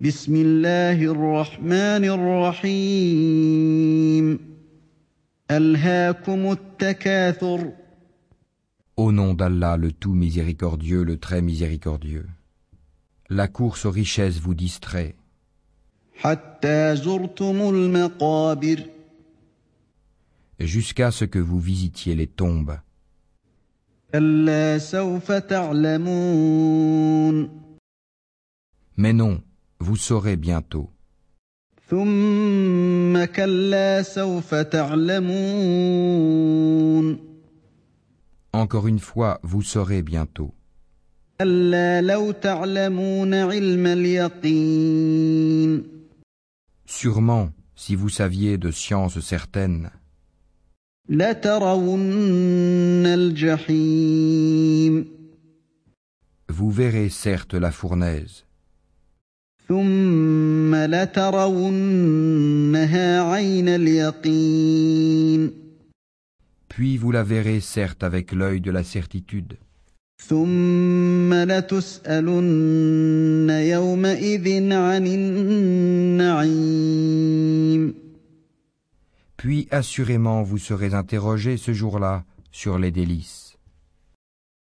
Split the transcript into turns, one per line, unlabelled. بسم الله الرحمن الرحيم ألهاكم التكاثر
Au nom d'Allah, le tout miséricordieux, le très miséricordieux. La course aux richesses vous distrait,
حتى زرتم المقابر
jusqu'à ce que vous visitiez les tombes.
كلا سوف تعلمون
Mais non, vous saurez bientôt.
ثم كلا سوف تعلمون
Encore une fois, vous saurez bientôt.
كلا لو تعلمون علم اليقين
Sûrement, si vous saviez de sciences certaines,
لترون الجحيم
vous verrez certes la fournaise,
ثم لترونها عين اليقين
puis vous la verrez certes avec l'œil de la certitude,
ثم لتسالن يومئذ عن النعيم
puis assurément vous serez interrogé ce jour-là sur les délices.